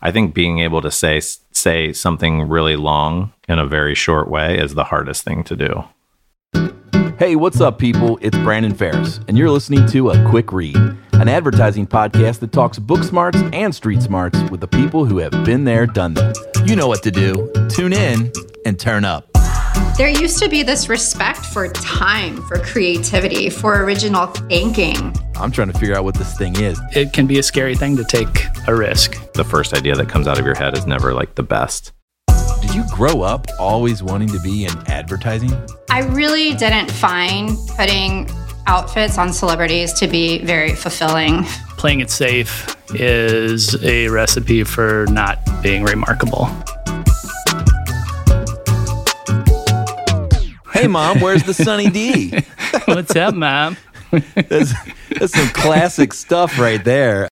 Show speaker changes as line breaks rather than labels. I think being able to say say something really long in a very short way is the hardest thing to do.
Hey, what's up, people? It's Brandon Ferris, and you're listening to A Quick Read, an advertising podcast that talks book smarts and street smarts with the people who have been there, done that.
You know what to do. Tune in and turn up.
There used to be this respect for time, for creativity, for original thinking.
I'm trying to figure out what this thing is.
It can be a scary thing to take a risk.
The first idea that comes out of your head is never like the best.
Did you grow up always wanting to be in advertising?
I really didn't find putting outfits on celebrities to be very fulfilling.
Playing it safe is a recipe for not being remarkable.
Hey, mom, where's the Sunny D?
What's up, mom?
that's, that's some classic stuff right there.